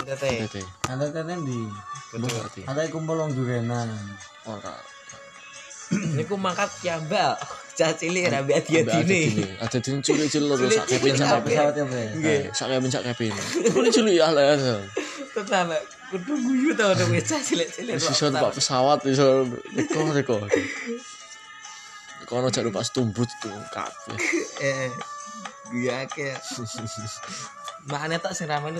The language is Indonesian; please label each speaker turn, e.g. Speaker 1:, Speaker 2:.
Speaker 1: tete
Speaker 2: Tete.
Speaker 3: Santet tete ndi?
Speaker 2: Mbok ati.
Speaker 3: Santet kumpul wong jugenan.
Speaker 2: Ora.
Speaker 1: niku mangkat kiambal cah cilik ya rambe
Speaker 2: Ambek
Speaker 1: adi-adine
Speaker 2: adine. Adine Ah, culik cilik lho sak
Speaker 1: Cilik-cilik
Speaker 2: kepin sak
Speaker 1: ambek-
Speaker 2: kepin.
Speaker 3: Pesawat ya, Bre.
Speaker 1: nggih
Speaker 2: Sak kepin sak kepin. Kuwi cilik ya lah.
Speaker 1: tenan Pak. kudu guyu to nek wis cah cilik-cilik
Speaker 2: Wis
Speaker 1: Pak.
Speaker 2: iso numpak pesawat iso teko teko. Kono jak numpak stumbut tuh kabeh.
Speaker 1: eh guyu akeh makane tok sing ramene